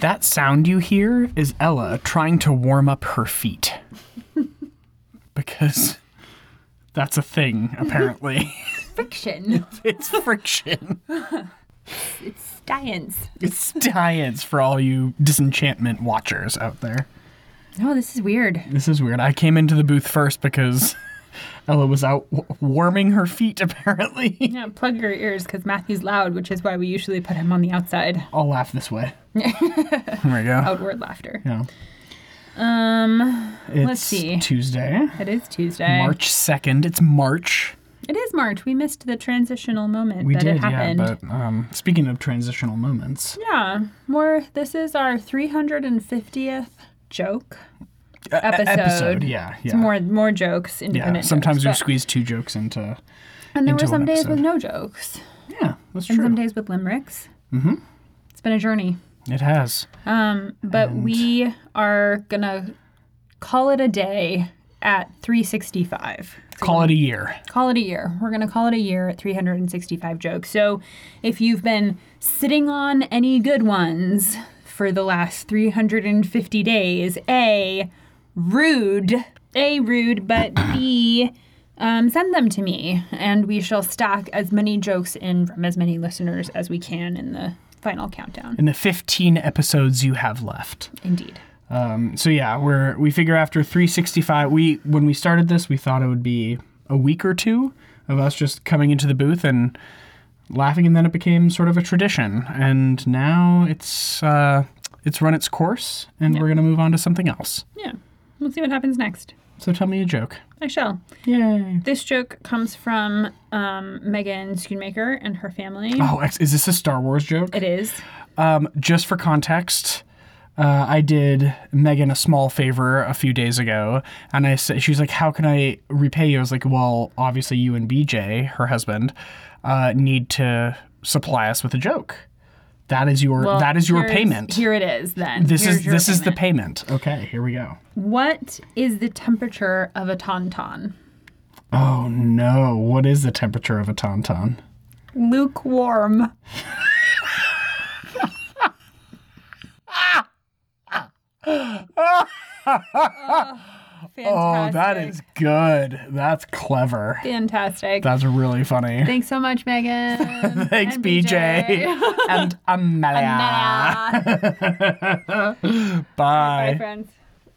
That sound you hear is Ella trying to warm up her feet. because that's a thing, apparently. Friction. it's friction. It's science. It's science for all you disenchantment watchers out there. No, this is weird. Oh, This is weird. I came into the booth first because Ella was out w- warming her feet, apparently. Yeah, plug your ears because Matthew's loud, which is why we usually put him on the outside. I'll laugh this way. there we go. Outward laughter. Yeah. Um, It's see. Tuesday, it is Tuesday. March 2nd. It's March. It is March. We missed the transitional moment We that did, it yeah. happened. But um, speaking of transitional moments, Yeah, more. This is our 350th joke e- episode. episode, yeah, yeah. It's more more jokes, yeah, independent. sometimes we jokes, squeeze two jokes into. but- And there were into some one days episode. with no jokes, Yeah, that's and true. some days with limericks. Mm-hmm. It's been a journey, it has. um, but we are gonna call it a day at 365. Call it a year. Call it a year. We're going to call it a year at 365 jokes. So if you've been sitting on any good ones for the last 350 days, A, rude, A, rude, but B, um, send them to me and we shall stock as many jokes in from as many listeners as we can in the final countdown. In the 15 episodes you have left. Indeed. Um, so yeah, we're we figure after 365. We when we started this, we thought it would be a week or two of us just coming into the booth and laughing, and then it became sort of a tradition. And now it's uh, it's run its course, and we're gonna move on to something else. Yeah. We'll see what happens next. So tell me a joke. I shall. Yay! This joke comes from um, Megan Schoonmaker and her family. Oh, ex- is this a Star Wars joke? It is. Um, just for context, uh, I did Megan a small favor a few days ago, and I said she's like, "How can I repay you?" I was like, "Well, obviously you and BJ, her husband, uh, need to supply us with a joke. That is your Well, that is your here's- payment. Here it is then. this Here's is your this is the payment. payment. Okay, here we go. What is the temperature of a tauntaun? Oh no, what is the temperature of a tauntaun? Lukewarm. Oh, that Fantastic. is good. That's clever. fantastic. That's really funny. Thanks so much, Megan. Thanks, and BJ. and Amelia. Nah. Bye. Bye, friends.